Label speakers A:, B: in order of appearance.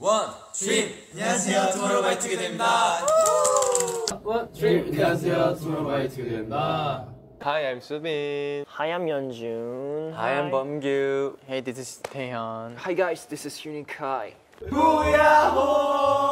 A: 원, 트립!
B: 안녕하세요, 투모로우바이투게더입니다.
C: 안녕하세요 투모로우바이투게더입니다
D: Hi, I'm Subin.
E: 하얌 연준.
D: I am Bumgyu.
E: Hey, this is 태현.
D: Hi guys, this is Unikai.
B: 후야호!